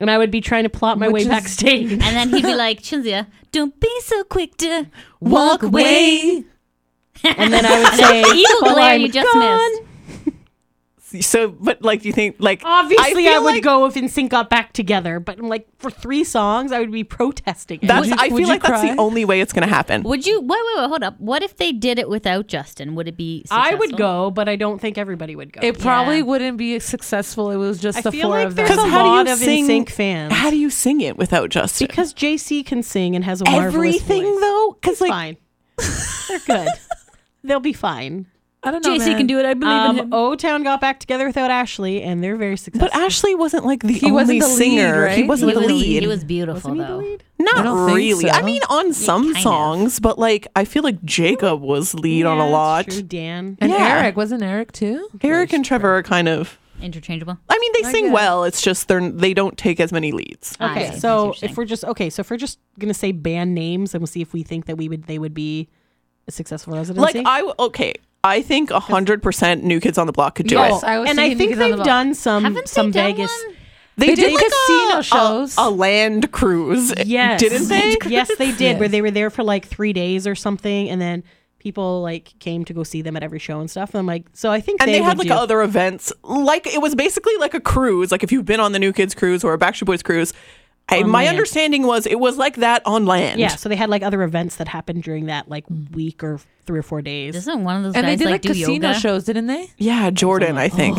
[SPEAKER 3] and I would be trying to plot my
[SPEAKER 2] Which
[SPEAKER 3] way
[SPEAKER 2] is-
[SPEAKER 3] backstage.
[SPEAKER 4] And then he'd be like, Chinzia, don't be so quick to
[SPEAKER 2] walk away.
[SPEAKER 3] and then I would say,
[SPEAKER 4] evil
[SPEAKER 3] "Well,
[SPEAKER 4] glare
[SPEAKER 3] I'm
[SPEAKER 4] you just
[SPEAKER 3] gone."
[SPEAKER 4] missed.
[SPEAKER 1] So, but like, do you think like
[SPEAKER 3] Obviously, I,
[SPEAKER 1] feel
[SPEAKER 3] would
[SPEAKER 1] like
[SPEAKER 3] go if NSYNC got back together, but I'm like for three songs, I would be protesting. it.
[SPEAKER 1] That's.
[SPEAKER 2] Would you-
[SPEAKER 1] I
[SPEAKER 2] would
[SPEAKER 1] feel
[SPEAKER 2] you
[SPEAKER 1] like that's
[SPEAKER 2] cry?
[SPEAKER 1] the only way it's gonna happen.
[SPEAKER 4] Would you wait, wait, wait, hold up. What if they did it without Justin? Would it be
[SPEAKER 3] I would
[SPEAKER 4] successful?
[SPEAKER 3] go, but I don't think everybody would go.
[SPEAKER 2] It probably
[SPEAKER 4] Yeah.
[SPEAKER 2] wouldn't be successful. It was just
[SPEAKER 3] I
[SPEAKER 2] the
[SPEAKER 3] feel
[SPEAKER 2] four
[SPEAKER 3] like
[SPEAKER 2] of
[SPEAKER 3] there's
[SPEAKER 2] them.
[SPEAKER 3] a
[SPEAKER 1] how do you
[SPEAKER 3] lot of
[SPEAKER 1] sing-
[SPEAKER 3] NSYNC fans.
[SPEAKER 1] How do you sing it without Justin?
[SPEAKER 3] because JC can sing and has a marvelous
[SPEAKER 1] everything
[SPEAKER 3] voice.
[SPEAKER 1] though, because like
[SPEAKER 3] fine. They're good. They'll be fine.
[SPEAKER 2] I don't know.
[SPEAKER 4] JC can do it. I believe in
[SPEAKER 3] Um,
[SPEAKER 4] him.
[SPEAKER 3] O Town got back together without Ashley, and they're very successful.
[SPEAKER 1] But Ashley wasn't like the only
[SPEAKER 2] wasn't the lead,
[SPEAKER 1] singer. He
[SPEAKER 2] right?
[SPEAKER 1] wasn't
[SPEAKER 4] he
[SPEAKER 1] the
[SPEAKER 4] was,
[SPEAKER 1] lead.
[SPEAKER 4] He was beautiful
[SPEAKER 3] Wasn't he the
[SPEAKER 4] though.
[SPEAKER 3] lead?
[SPEAKER 1] Not
[SPEAKER 2] don't think
[SPEAKER 1] really. I
[SPEAKER 2] so.
[SPEAKER 1] mean, on some
[SPEAKER 4] kind of.
[SPEAKER 1] songs, but like I feel like Jacob was lead on
[SPEAKER 3] Yeah,
[SPEAKER 1] a
[SPEAKER 3] that's
[SPEAKER 1] lot.
[SPEAKER 3] True, Dan.
[SPEAKER 2] And
[SPEAKER 1] Yeah.
[SPEAKER 2] Eric wasn't Eric too.
[SPEAKER 1] Eric and Trevor are kind of.
[SPEAKER 4] Interchangeable.
[SPEAKER 1] I mean, they
[SPEAKER 2] I
[SPEAKER 1] sing
[SPEAKER 2] guess.
[SPEAKER 1] well. It's just they're they don't take as many leads.
[SPEAKER 4] Ah, I see.
[SPEAKER 3] Okay,
[SPEAKER 4] That's
[SPEAKER 3] so
[SPEAKER 4] what you're
[SPEAKER 3] if we're just okay, so if we're just gonna say band names, and we'll see if we think that we would they would be a successful
[SPEAKER 1] Like
[SPEAKER 3] residency.
[SPEAKER 1] I w- okay, I think hundred percent New Kids on the Block could do
[SPEAKER 2] Yes,
[SPEAKER 1] it.
[SPEAKER 2] I was
[SPEAKER 3] and I
[SPEAKER 2] thinking
[SPEAKER 3] think
[SPEAKER 2] Kids on the
[SPEAKER 3] they've
[SPEAKER 2] Block.
[SPEAKER 3] done some
[SPEAKER 4] Haven't they
[SPEAKER 3] some
[SPEAKER 4] done
[SPEAKER 3] Vegas.
[SPEAKER 4] one?
[SPEAKER 1] They,
[SPEAKER 2] They
[SPEAKER 1] did
[SPEAKER 2] did
[SPEAKER 1] like
[SPEAKER 2] casino
[SPEAKER 1] a,
[SPEAKER 2] shows.
[SPEAKER 1] a, a land cruise.
[SPEAKER 3] Yes,
[SPEAKER 1] didn't they?
[SPEAKER 3] Yes, they did. Where they were there for like three days or something, and then people like came to go see them at every show and stuff. And I'm like, so I think
[SPEAKER 1] and they, had
[SPEAKER 3] would
[SPEAKER 1] like
[SPEAKER 3] do-
[SPEAKER 1] other events like it was basically like a cruise like if you've been on the new kids cruise or a backstreet boys cruise I, my
[SPEAKER 3] land.
[SPEAKER 1] understanding was it was like that on land
[SPEAKER 3] yeah. So they had like other events that happened during that like week or three or four days.
[SPEAKER 4] Doesn't one of those
[SPEAKER 2] And
[SPEAKER 4] guys
[SPEAKER 2] they did
[SPEAKER 4] like,
[SPEAKER 2] like,
[SPEAKER 4] do
[SPEAKER 2] casino
[SPEAKER 4] yoga?
[SPEAKER 2] shows, didn't they?
[SPEAKER 1] yeah jordan i think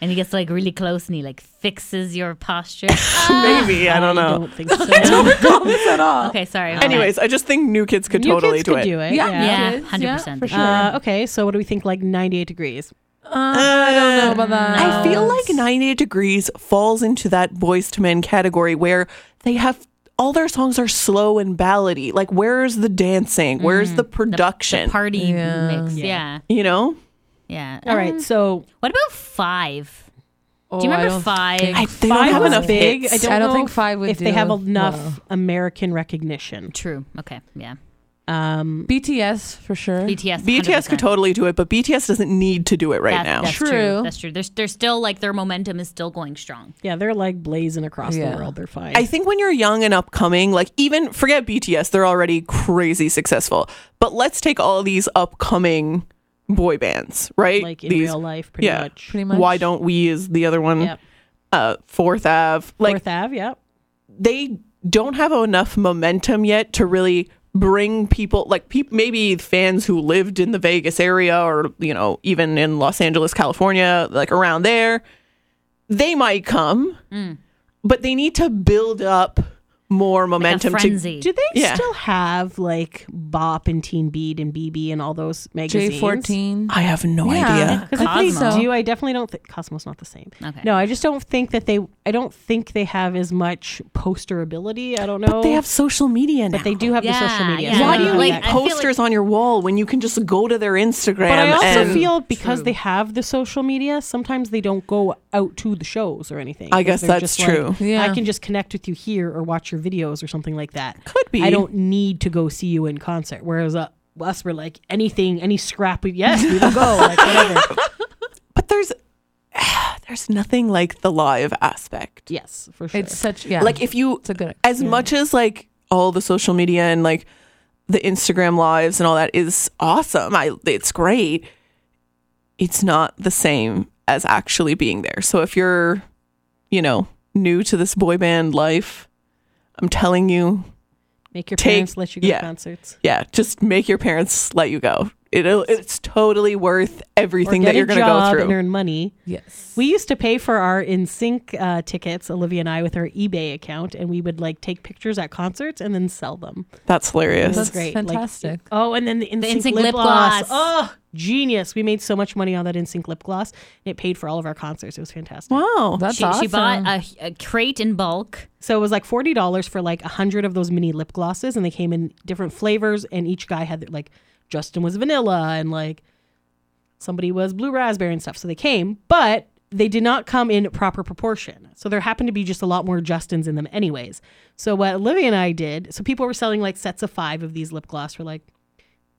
[SPEAKER 4] And he gets like really close and he like fixes your posture.
[SPEAKER 1] maybe i don't
[SPEAKER 3] I
[SPEAKER 1] know
[SPEAKER 3] don't think so.
[SPEAKER 4] okay, sorry. hold on.
[SPEAKER 1] anyways i just think new kids could
[SPEAKER 3] New
[SPEAKER 1] totally
[SPEAKER 3] kids
[SPEAKER 1] do
[SPEAKER 3] could
[SPEAKER 1] it
[SPEAKER 3] do it.
[SPEAKER 4] Yeah. Yeah,
[SPEAKER 2] kids,
[SPEAKER 4] 100%,
[SPEAKER 2] for
[SPEAKER 4] for
[SPEAKER 2] sure.
[SPEAKER 3] Uh, okay, so what do we think? Like 98 degrees.
[SPEAKER 2] Uh, I don't know about that.
[SPEAKER 1] i feel like 98 degrees falls into that boys to men category where they have all their songs are slow and ballady like where's the dancing
[SPEAKER 3] Mm.
[SPEAKER 1] where's the production
[SPEAKER 4] party
[SPEAKER 2] Yeah.
[SPEAKER 4] mix. Yeah.
[SPEAKER 1] you know
[SPEAKER 4] Yeah. Um,
[SPEAKER 3] All
[SPEAKER 2] Um,
[SPEAKER 3] right, so
[SPEAKER 4] What about five?
[SPEAKER 2] Oh,
[SPEAKER 4] Do you
[SPEAKER 2] I
[SPEAKER 4] remember
[SPEAKER 2] don't
[SPEAKER 4] five?
[SPEAKER 2] think-
[SPEAKER 1] I, they don't
[SPEAKER 3] five
[SPEAKER 1] have
[SPEAKER 3] was
[SPEAKER 1] enough
[SPEAKER 3] big.
[SPEAKER 1] hits.
[SPEAKER 3] I don't,
[SPEAKER 2] I don't
[SPEAKER 3] know
[SPEAKER 2] think
[SPEAKER 3] if-
[SPEAKER 2] five would
[SPEAKER 3] if they
[SPEAKER 2] do
[SPEAKER 3] have
[SPEAKER 2] it.
[SPEAKER 3] enough
[SPEAKER 2] Wow.
[SPEAKER 3] American recognition.
[SPEAKER 4] True. Okay. Yeah.
[SPEAKER 3] Um,
[SPEAKER 2] BTS for sure.
[SPEAKER 4] BTS.
[SPEAKER 1] BTS
[SPEAKER 4] 100%.
[SPEAKER 1] could totally do it, but BTS doesn't need to do it right
[SPEAKER 4] That's-
[SPEAKER 1] now.
[SPEAKER 4] That's true.
[SPEAKER 2] True.
[SPEAKER 4] That's true. They're, they're still like their momentum is still going strong.
[SPEAKER 3] yeah, they're like blazing across
[SPEAKER 2] Yeah.
[SPEAKER 3] the world. They're fine.
[SPEAKER 1] I think when you're young and upcoming, like even forget BTS, they're already crazy successful. But let's take all these upcoming boy bands, right?
[SPEAKER 3] like in
[SPEAKER 1] these,
[SPEAKER 3] real life, pretty
[SPEAKER 1] yeah.
[SPEAKER 3] much.
[SPEAKER 2] Pretty much.
[SPEAKER 1] Why don't we is the other one?
[SPEAKER 3] Yep.
[SPEAKER 1] Uh, Fourth Ave. Like
[SPEAKER 3] Fourth Ave, yep.
[SPEAKER 1] they don't have enough momentum yet to really bring people like peop maybe fans who lived in the Vegas area or you know even in Los Angeles, California, like around there, they might come,
[SPEAKER 3] Mm.
[SPEAKER 1] but they need to build up more
[SPEAKER 4] Like a
[SPEAKER 1] momentum to
[SPEAKER 4] frenzy.
[SPEAKER 3] Do they
[SPEAKER 1] Yeah.
[SPEAKER 3] still have like Bop and Teen Beat and BB and all those magazines?
[SPEAKER 2] J fourteen?
[SPEAKER 1] I have no
[SPEAKER 2] Yeah.
[SPEAKER 1] idea.
[SPEAKER 3] Because if
[SPEAKER 4] Cosmo.
[SPEAKER 3] they do, I definitely don't think Cosmo's not the same.
[SPEAKER 4] Okay.
[SPEAKER 3] No, I just don't think that they. I don't think they have as much poster ability. I don't know.
[SPEAKER 1] They have social media now.
[SPEAKER 3] but they do have the social
[SPEAKER 4] Yeah,
[SPEAKER 3] media.
[SPEAKER 4] yeah.
[SPEAKER 3] so
[SPEAKER 1] Why do
[SPEAKER 3] they
[SPEAKER 1] you
[SPEAKER 3] have
[SPEAKER 1] like
[SPEAKER 4] I
[SPEAKER 3] that.
[SPEAKER 4] feel like-
[SPEAKER 1] posters on your wall when you can just go to their Instagram?
[SPEAKER 3] But I also
[SPEAKER 1] and
[SPEAKER 3] feel because
[SPEAKER 4] True.
[SPEAKER 3] they have the social media, sometimes they don't go out to the shows or anything.
[SPEAKER 1] I guess
[SPEAKER 3] They're
[SPEAKER 1] that's
[SPEAKER 3] just
[SPEAKER 1] true.
[SPEAKER 3] like,
[SPEAKER 2] Yeah.
[SPEAKER 3] I can just connect with you here or watch your videos or something like that.
[SPEAKER 1] Could be.
[SPEAKER 3] I don't need to go see you in concert. Whereas uh, us, we're like anything, any scrap. We, yes, we will go. Like whatever.
[SPEAKER 1] but there's there's nothing like the live aspect.
[SPEAKER 3] yes, for sure.
[SPEAKER 2] It's such yeah.
[SPEAKER 1] Like if you
[SPEAKER 2] it's a good.
[SPEAKER 1] as much as like all the social media and like the Instagram lives and all that is awesome. I it's great. It's not the same as actually being there. So if you're, you know, new to this boy band life, I'm telling you,
[SPEAKER 3] Make your
[SPEAKER 1] take-
[SPEAKER 3] parents let you go
[SPEAKER 1] yeah.
[SPEAKER 3] to concerts.
[SPEAKER 1] yeah, just make your parents let you go. It it's totally worth everything that
[SPEAKER 3] get
[SPEAKER 1] you're
[SPEAKER 3] a
[SPEAKER 1] going to go
[SPEAKER 3] job
[SPEAKER 1] through.
[SPEAKER 3] and earn money.
[SPEAKER 2] Yes.
[SPEAKER 3] We used to pay for our in sync uh, tickets, Olivia and I, with our eBay account, and we would like take pictures at concerts and then sell them.
[SPEAKER 1] That's hilarious.
[SPEAKER 2] That's
[SPEAKER 3] great, like-
[SPEAKER 2] fantastic.
[SPEAKER 3] Oh, and then the in sync
[SPEAKER 4] NSYNC
[SPEAKER 3] lip,
[SPEAKER 4] lip
[SPEAKER 3] gloss.
[SPEAKER 4] gloss.
[SPEAKER 3] Oh, genius! We made so much money on that in sync lip gloss, and it paid for all of our concerts. It was fantastic.
[SPEAKER 1] wow.
[SPEAKER 2] That's
[SPEAKER 4] She,
[SPEAKER 2] awesome.
[SPEAKER 4] she bought a, a crate in bulk.
[SPEAKER 3] So it was like forty dollars for like a hundred of those mini lip glosses, and they came in different flavors, and each guy had like Justin was vanilla, and like somebody was blue raspberry and stuff. So they came, but they did not come in proper proportion. So there happened to be just a lot more Justins in them, anyways. So what Olivia and I did, so people were selling like sets of five of these lip gloss for like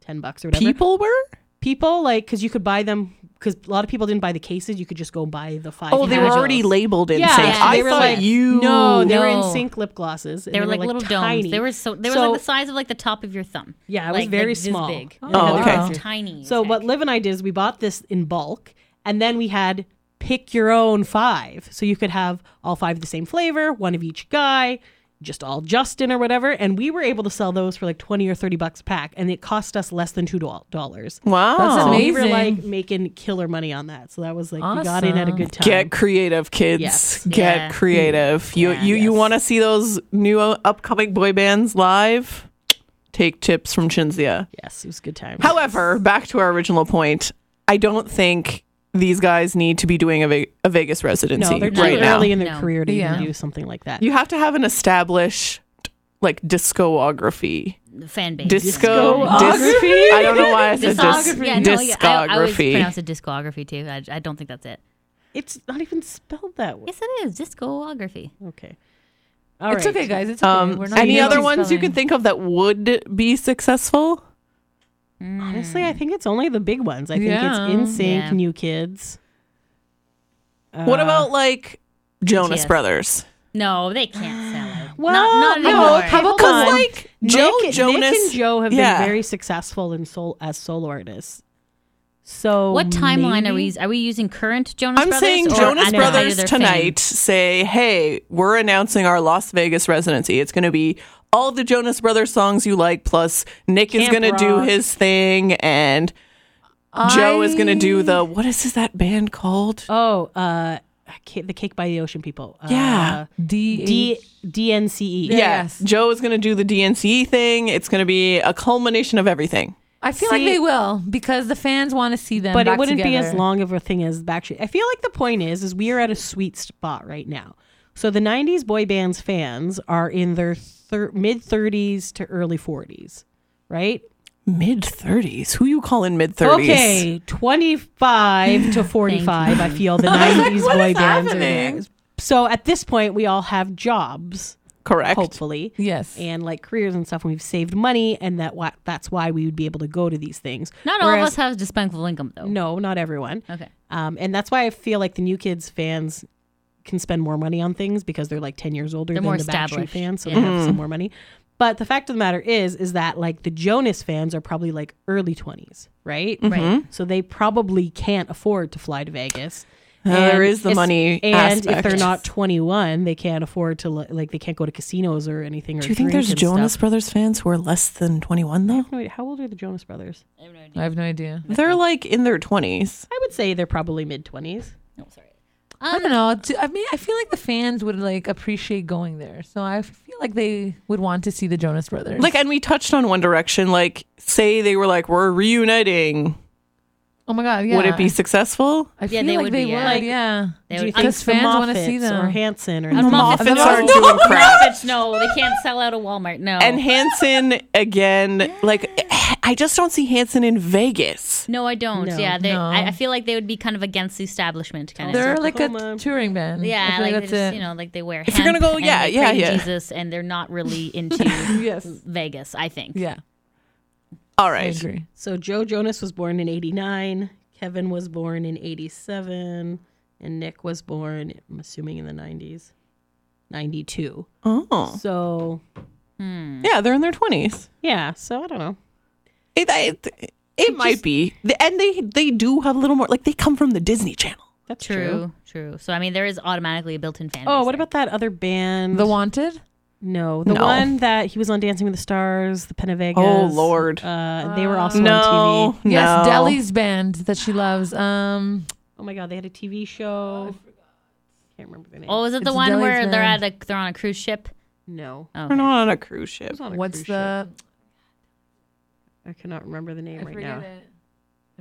[SPEAKER 3] ten bucks or whatever.
[SPEAKER 1] People were?
[SPEAKER 3] people like because you could buy them because a lot of people didn't buy the cases. You could just go buy the five.
[SPEAKER 1] Oh, they were
[SPEAKER 3] individuals.
[SPEAKER 1] already labeled in
[SPEAKER 3] Yeah,
[SPEAKER 1] sync.
[SPEAKER 4] yeah,
[SPEAKER 1] I
[SPEAKER 4] they were
[SPEAKER 1] thought
[SPEAKER 4] like-
[SPEAKER 1] you
[SPEAKER 3] No, Oh, they were in
[SPEAKER 4] Oh, No.
[SPEAKER 3] sync lip glosses. and
[SPEAKER 4] They were like, little
[SPEAKER 3] tiny.
[SPEAKER 4] domes. They were so they were like the size of like the top of your thumb.
[SPEAKER 3] Yeah, it was
[SPEAKER 4] like,
[SPEAKER 3] very
[SPEAKER 4] like this
[SPEAKER 3] small.
[SPEAKER 4] Big.
[SPEAKER 3] Oh,
[SPEAKER 4] Like,
[SPEAKER 1] okay.
[SPEAKER 4] it was Tiny.
[SPEAKER 3] So what Liv and I did is we bought this in bulk, and then we had pick your own five, so you could have all five of the same flavor, one of each guy, just all Justin or whatever. And we were able to sell those for like twenty or thirty bucks a pack, and it cost us less than two dollars.
[SPEAKER 1] Wow.
[SPEAKER 2] That's amazing.
[SPEAKER 3] We were like making killer money on that, so that was like we got in at a good time.
[SPEAKER 1] Get creative, kids.
[SPEAKER 3] Yes.
[SPEAKER 1] Get
[SPEAKER 4] Yeah.
[SPEAKER 2] Mm.
[SPEAKER 1] creative. You you you want to see those new uh, upcoming boy bands live? Take tips from Chinzia.
[SPEAKER 3] yes, it was a good time.
[SPEAKER 1] However, back to our original point, I don't think these guys need to be doing a, Ve- a Vegas
[SPEAKER 3] no,
[SPEAKER 1] residency
[SPEAKER 3] they're too
[SPEAKER 1] right now.
[SPEAKER 3] early in their
[SPEAKER 4] No.
[SPEAKER 3] career to
[SPEAKER 2] Yeah.
[SPEAKER 3] even do something like that.
[SPEAKER 1] You have to have an established like discography.
[SPEAKER 4] what fan base?
[SPEAKER 1] Disco
[SPEAKER 3] Discography?
[SPEAKER 1] dis- I don't know why I said dis-
[SPEAKER 4] Discography. Yeah, no, yeah, I, I always
[SPEAKER 1] discography.
[SPEAKER 4] pronounce it discography too. I, I don't think that's it.
[SPEAKER 3] it's not even spelled that way.
[SPEAKER 4] Yes, it is discography.
[SPEAKER 3] Okay, all right.
[SPEAKER 2] it's okay, guys. It's okay.
[SPEAKER 1] um,
[SPEAKER 2] We're not
[SPEAKER 1] any
[SPEAKER 2] gonna
[SPEAKER 1] other
[SPEAKER 2] keep
[SPEAKER 1] ones you can
[SPEAKER 2] spelling.
[SPEAKER 1] think of that would be successful?
[SPEAKER 3] Honestly, I think it's only the big ones. I think
[SPEAKER 2] Yeah.
[SPEAKER 3] it's In Sync,
[SPEAKER 4] Yeah.
[SPEAKER 3] New Kids. Uh,
[SPEAKER 1] what
[SPEAKER 2] Uh,
[SPEAKER 1] about like Jonas
[SPEAKER 4] BTS.
[SPEAKER 1] Brothers?
[SPEAKER 4] No, they can't sell it.
[SPEAKER 3] Well,
[SPEAKER 4] not, not
[SPEAKER 3] no,
[SPEAKER 4] anymore.
[SPEAKER 3] how about-
[SPEAKER 1] Because
[SPEAKER 3] on.
[SPEAKER 1] like
[SPEAKER 3] Nick-
[SPEAKER 1] Joe
[SPEAKER 3] Nick,
[SPEAKER 1] Jonas,
[SPEAKER 3] and Joe have
[SPEAKER 1] yeah.
[SPEAKER 3] been very successful in soul as solo artists. So
[SPEAKER 4] what timeline are
[SPEAKER 3] Oh, maybe-
[SPEAKER 4] we? Are we using current Jonas
[SPEAKER 1] I'm
[SPEAKER 4] Brothers?
[SPEAKER 1] saying
[SPEAKER 4] or
[SPEAKER 1] Jonas
[SPEAKER 4] at the height of
[SPEAKER 1] Brothers
[SPEAKER 4] their
[SPEAKER 1] tonight
[SPEAKER 4] fame?
[SPEAKER 1] say, "Hey, we're announcing our Las Vegas residency. It's going to be all the Jonas Brothers songs you like, plus Nick is
[SPEAKER 3] Camp
[SPEAKER 1] going to do
[SPEAKER 3] Rock.
[SPEAKER 1] his thing, and Joe is going to do the what is this, that band called?
[SPEAKER 3] Oh, uh, ca- the Cake by the Ocean people. Uh,
[SPEAKER 1] Yeah.
[SPEAKER 2] D
[SPEAKER 3] D E. DNCE.
[SPEAKER 1] yeah,
[SPEAKER 2] yes.
[SPEAKER 1] Joe is going to do the DNCE thing. It's going to be a culmination of everything.
[SPEAKER 2] I feel
[SPEAKER 3] See-
[SPEAKER 2] like they will because the fans want to see them.
[SPEAKER 3] but it
[SPEAKER 2] back
[SPEAKER 3] wouldn't be as
[SPEAKER 2] together.
[SPEAKER 3] long of a thing as Backstreet. I feel like the point is, is we are at a sweet spot right now. So the '90s boy bands fans are in their thir- mid 30s to early 40s, right?
[SPEAKER 1] Mid thirties. Who you calling mid thirties?
[SPEAKER 3] Okay, 25 to 45. I feel the 90s
[SPEAKER 1] what
[SPEAKER 3] boy
[SPEAKER 1] is
[SPEAKER 3] bands.
[SPEAKER 1] happening?
[SPEAKER 3] Are, so at this point, we all have jobs,
[SPEAKER 1] correct.
[SPEAKER 3] hopefully,
[SPEAKER 2] Yes.
[SPEAKER 3] and like careers and stuff. And we've saved money, and that why that's why we would be able to go to these things.
[SPEAKER 4] Not all of
[SPEAKER 3] Whereas-
[SPEAKER 4] us have disposable income though.
[SPEAKER 3] No, not everyone.
[SPEAKER 4] Okay.
[SPEAKER 3] Um, and that's why I feel like the New Kids fans can spend more money on things because they're like 10 years older
[SPEAKER 4] They're
[SPEAKER 3] than
[SPEAKER 4] more
[SPEAKER 3] the Backstreet
[SPEAKER 4] established.
[SPEAKER 3] fans, so
[SPEAKER 4] Yeah.
[SPEAKER 3] they have
[SPEAKER 1] Mm-hmm.
[SPEAKER 3] some more money. But the fact of the matter is, is that like the Jonas fans are probably like early 20s, right?
[SPEAKER 1] Mm-hmm.
[SPEAKER 4] Right.
[SPEAKER 3] So they probably can't afford to fly to Vegas.
[SPEAKER 1] Uh, there is the
[SPEAKER 3] it's-
[SPEAKER 1] money
[SPEAKER 3] and if they're
[SPEAKER 1] aspect.
[SPEAKER 3] not 21, they can't afford to li- like they can't go to casinos or anything.
[SPEAKER 1] Do you think there's Jonas
[SPEAKER 3] Brothers?
[SPEAKER 1] Brothers fans who are less than 21 though?
[SPEAKER 3] How old are the Jonas Brothers?
[SPEAKER 4] I have no idea.
[SPEAKER 2] I have no idea.
[SPEAKER 1] They're like in their 20s.
[SPEAKER 3] I would say they're probably mid 20s.
[SPEAKER 4] No, sorry.
[SPEAKER 2] I
[SPEAKER 3] Um,
[SPEAKER 2] don't know. Do- I mean, I feel like the fans would like appreciate going there, so I feel like they would want to see the Jonas Brothers.
[SPEAKER 1] Like, and we touched on One Direction. Like, say they were like, we're reuniting.
[SPEAKER 2] oh my god, yeah.
[SPEAKER 1] Would it be successful?
[SPEAKER 2] I feel
[SPEAKER 4] Yeah, they
[SPEAKER 2] like
[SPEAKER 4] would
[SPEAKER 2] they
[SPEAKER 4] be,
[SPEAKER 2] would.
[SPEAKER 4] yeah.
[SPEAKER 3] Like,
[SPEAKER 2] yeah.
[SPEAKER 4] They
[SPEAKER 3] Do you
[SPEAKER 4] would-
[SPEAKER 3] think
[SPEAKER 2] Because fans wanna see
[SPEAKER 3] Moffat's or
[SPEAKER 2] them.
[SPEAKER 3] Hanson or
[SPEAKER 1] The
[SPEAKER 4] Muffins
[SPEAKER 1] Muffins
[SPEAKER 4] are
[SPEAKER 1] are
[SPEAKER 4] doing
[SPEAKER 1] doing crap.
[SPEAKER 4] Muffins, no, they can't sell out of Walmart. No.
[SPEAKER 1] And Hanson again. Like, I just don't see Hanson in Vegas.
[SPEAKER 4] no, I don't.
[SPEAKER 3] No.
[SPEAKER 4] yeah, they,
[SPEAKER 2] No.
[SPEAKER 4] I, I feel like they would be kind of against the establishment kind of.
[SPEAKER 2] They're
[SPEAKER 3] South
[SPEAKER 2] like
[SPEAKER 3] Oklahoma.
[SPEAKER 2] a touring band.
[SPEAKER 4] Yeah,
[SPEAKER 2] I feel
[SPEAKER 4] like they
[SPEAKER 2] that's
[SPEAKER 4] just,
[SPEAKER 2] it.
[SPEAKER 4] you know, like they wear.
[SPEAKER 1] If you're gonna
[SPEAKER 4] hemp
[SPEAKER 1] go,
[SPEAKER 4] and
[SPEAKER 1] yeah,
[SPEAKER 4] they
[SPEAKER 1] yeah,
[SPEAKER 4] pray to
[SPEAKER 1] yeah.
[SPEAKER 4] Jesus, and they're not really into
[SPEAKER 2] yes.
[SPEAKER 4] Vegas. I think.
[SPEAKER 2] Yeah.
[SPEAKER 1] All
[SPEAKER 2] I
[SPEAKER 1] right.
[SPEAKER 2] agree.
[SPEAKER 3] So Joe Jonas was born in 89, Kevin was born in 87, and Nick was born, I'm assuming in the 90s, 92.
[SPEAKER 1] Oh.
[SPEAKER 3] So,
[SPEAKER 4] Hmm.
[SPEAKER 1] Yeah, they're in their 20s.
[SPEAKER 3] yeah, so I don't know.
[SPEAKER 1] It, it, it might be. And they, they do have a little more, like, they come from the Disney Channel.
[SPEAKER 3] That's true.
[SPEAKER 4] True, true. So I mean, there is automatically a built-in fan.
[SPEAKER 3] Oh,
[SPEAKER 4] base
[SPEAKER 3] what
[SPEAKER 4] there.
[SPEAKER 3] about that other band?
[SPEAKER 2] The Wanted.
[SPEAKER 3] No, the
[SPEAKER 1] No.
[SPEAKER 3] one that he was on Dancing with the Stars, the Penavegas.
[SPEAKER 1] Oh, Lord.
[SPEAKER 3] uh, they were also on
[SPEAKER 1] no,
[SPEAKER 3] TV.
[SPEAKER 1] no.
[SPEAKER 2] Yes, Deli's band that she loves. Um,
[SPEAKER 3] Oh my God, they had a TV show. Oh, I forgot. Can't remember the name.
[SPEAKER 4] Oh, is it the
[SPEAKER 2] It's
[SPEAKER 4] one
[SPEAKER 2] Deli's
[SPEAKER 4] where they're at
[SPEAKER 2] band.
[SPEAKER 4] a they're on a cruise ship?
[SPEAKER 3] no,
[SPEAKER 4] Oh,
[SPEAKER 1] We're not on a cruise ship.
[SPEAKER 3] It was on a
[SPEAKER 2] what's
[SPEAKER 3] cruise ship.
[SPEAKER 2] the?
[SPEAKER 3] I cannot remember the name right now.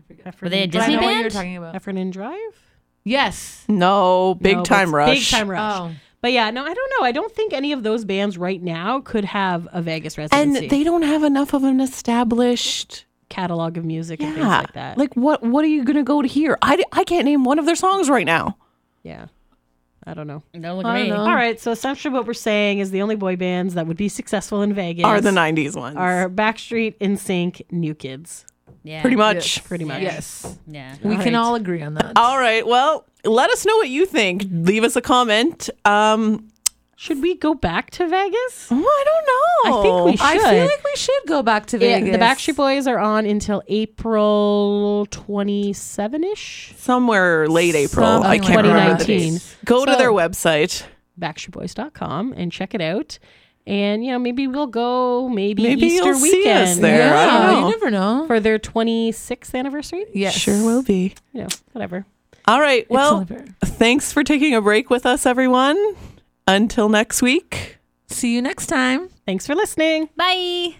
[SPEAKER 2] it.
[SPEAKER 3] Efren
[SPEAKER 4] Were they a
[SPEAKER 3] and
[SPEAKER 2] But I
[SPEAKER 4] Disney
[SPEAKER 2] know
[SPEAKER 3] Drive?
[SPEAKER 2] what
[SPEAKER 4] band?
[SPEAKER 2] you're talking about.
[SPEAKER 3] Efren and Drive.
[SPEAKER 2] Yes.
[SPEAKER 1] No, big
[SPEAKER 3] No, but
[SPEAKER 1] time
[SPEAKER 3] it's
[SPEAKER 1] rush.
[SPEAKER 3] Big time rush.
[SPEAKER 2] Oh.
[SPEAKER 3] But yeah, no, I don't know. I don't think any of those bands right now could have a Vegas
[SPEAKER 1] And
[SPEAKER 3] residency.
[SPEAKER 1] they don't have enough of an established
[SPEAKER 3] catalog of music and things
[SPEAKER 1] yeah.
[SPEAKER 3] like that.
[SPEAKER 1] Like what what are you going to go to hear? I I can't name one of their songs right now.
[SPEAKER 3] yeah. I don't know.
[SPEAKER 4] Don't look
[SPEAKER 2] I
[SPEAKER 4] at
[SPEAKER 2] don't
[SPEAKER 4] me.
[SPEAKER 1] Um,
[SPEAKER 2] know.
[SPEAKER 3] All right, so essentially what we're saying is the only boy bands that would be successful in Vegas
[SPEAKER 1] Are the 90s ones.
[SPEAKER 3] are Backstreet, NSYNC, New Kids.
[SPEAKER 4] Yeah.
[SPEAKER 1] pretty much.
[SPEAKER 3] Pretty much.
[SPEAKER 2] Yes.
[SPEAKER 4] Yeah.
[SPEAKER 2] We
[SPEAKER 3] All
[SPEAKER 2] can
[SPEAKER 3] right.
[SPEAKER 2] all agree on that.
[SPEAKER 1] All right. Well, let us know what you think. Leave us a comment. Um
[SPEAKER 3] Should we go back to Vegas?
[SPEAKER 1] well, I don't know.
[SPEAKER 3] I think we
[SPEAKER 2] I
[SPEAKER 3] should.
[SPEAKER 2] feel like we should go back to
[SPEAKER 3] Yeah,
[SPEAKER 2] Vegas.
[SPEAKER 3] the Backstreet Boys are on until April 27 ish.
[SPEAKER 1] somewhere late April. I
[SPEAKER 2] Something
[SPEAKER 1] can't
[SPEAKER 2] like
[SPEAKER 1] remember the
[SPEAKER 2] that.
[SPEAKER 1] dates. Go to
[SPEAKER 3] So-
[SPEAKER 1] their website.
[SPEAKER 3] backstreetboys.com and check it out. And you know, maybe we'll go maybe,
[SPEAKER 1] Maybe
[SPEAKER 3] Easter
[SPEAKER 1] you'll see
[SPEAKER 3] weekend
[SPEAKER 1] us there. I don't
[SPEAKER 2] Yeah,
[SPEAKER 1] know.
[SPEAKER 2] you never know.
[SPEAKER 3] for their 26th anniversary.
[SPEAKER 2] yes.
[SPEAKER 1] Sure will be.
[SPEAKER 3] You know, whatever.
[SPEAKER 1] All right. Well,
[SPEAKER 2] Excellent.
[SPEAKER 1] thanks for taking a break with us everyone. Until next week.
[SPEAKER 2] see you next time.
[SPEAKER 3] Thanks for listening.
[SPEAKER 4] Bye.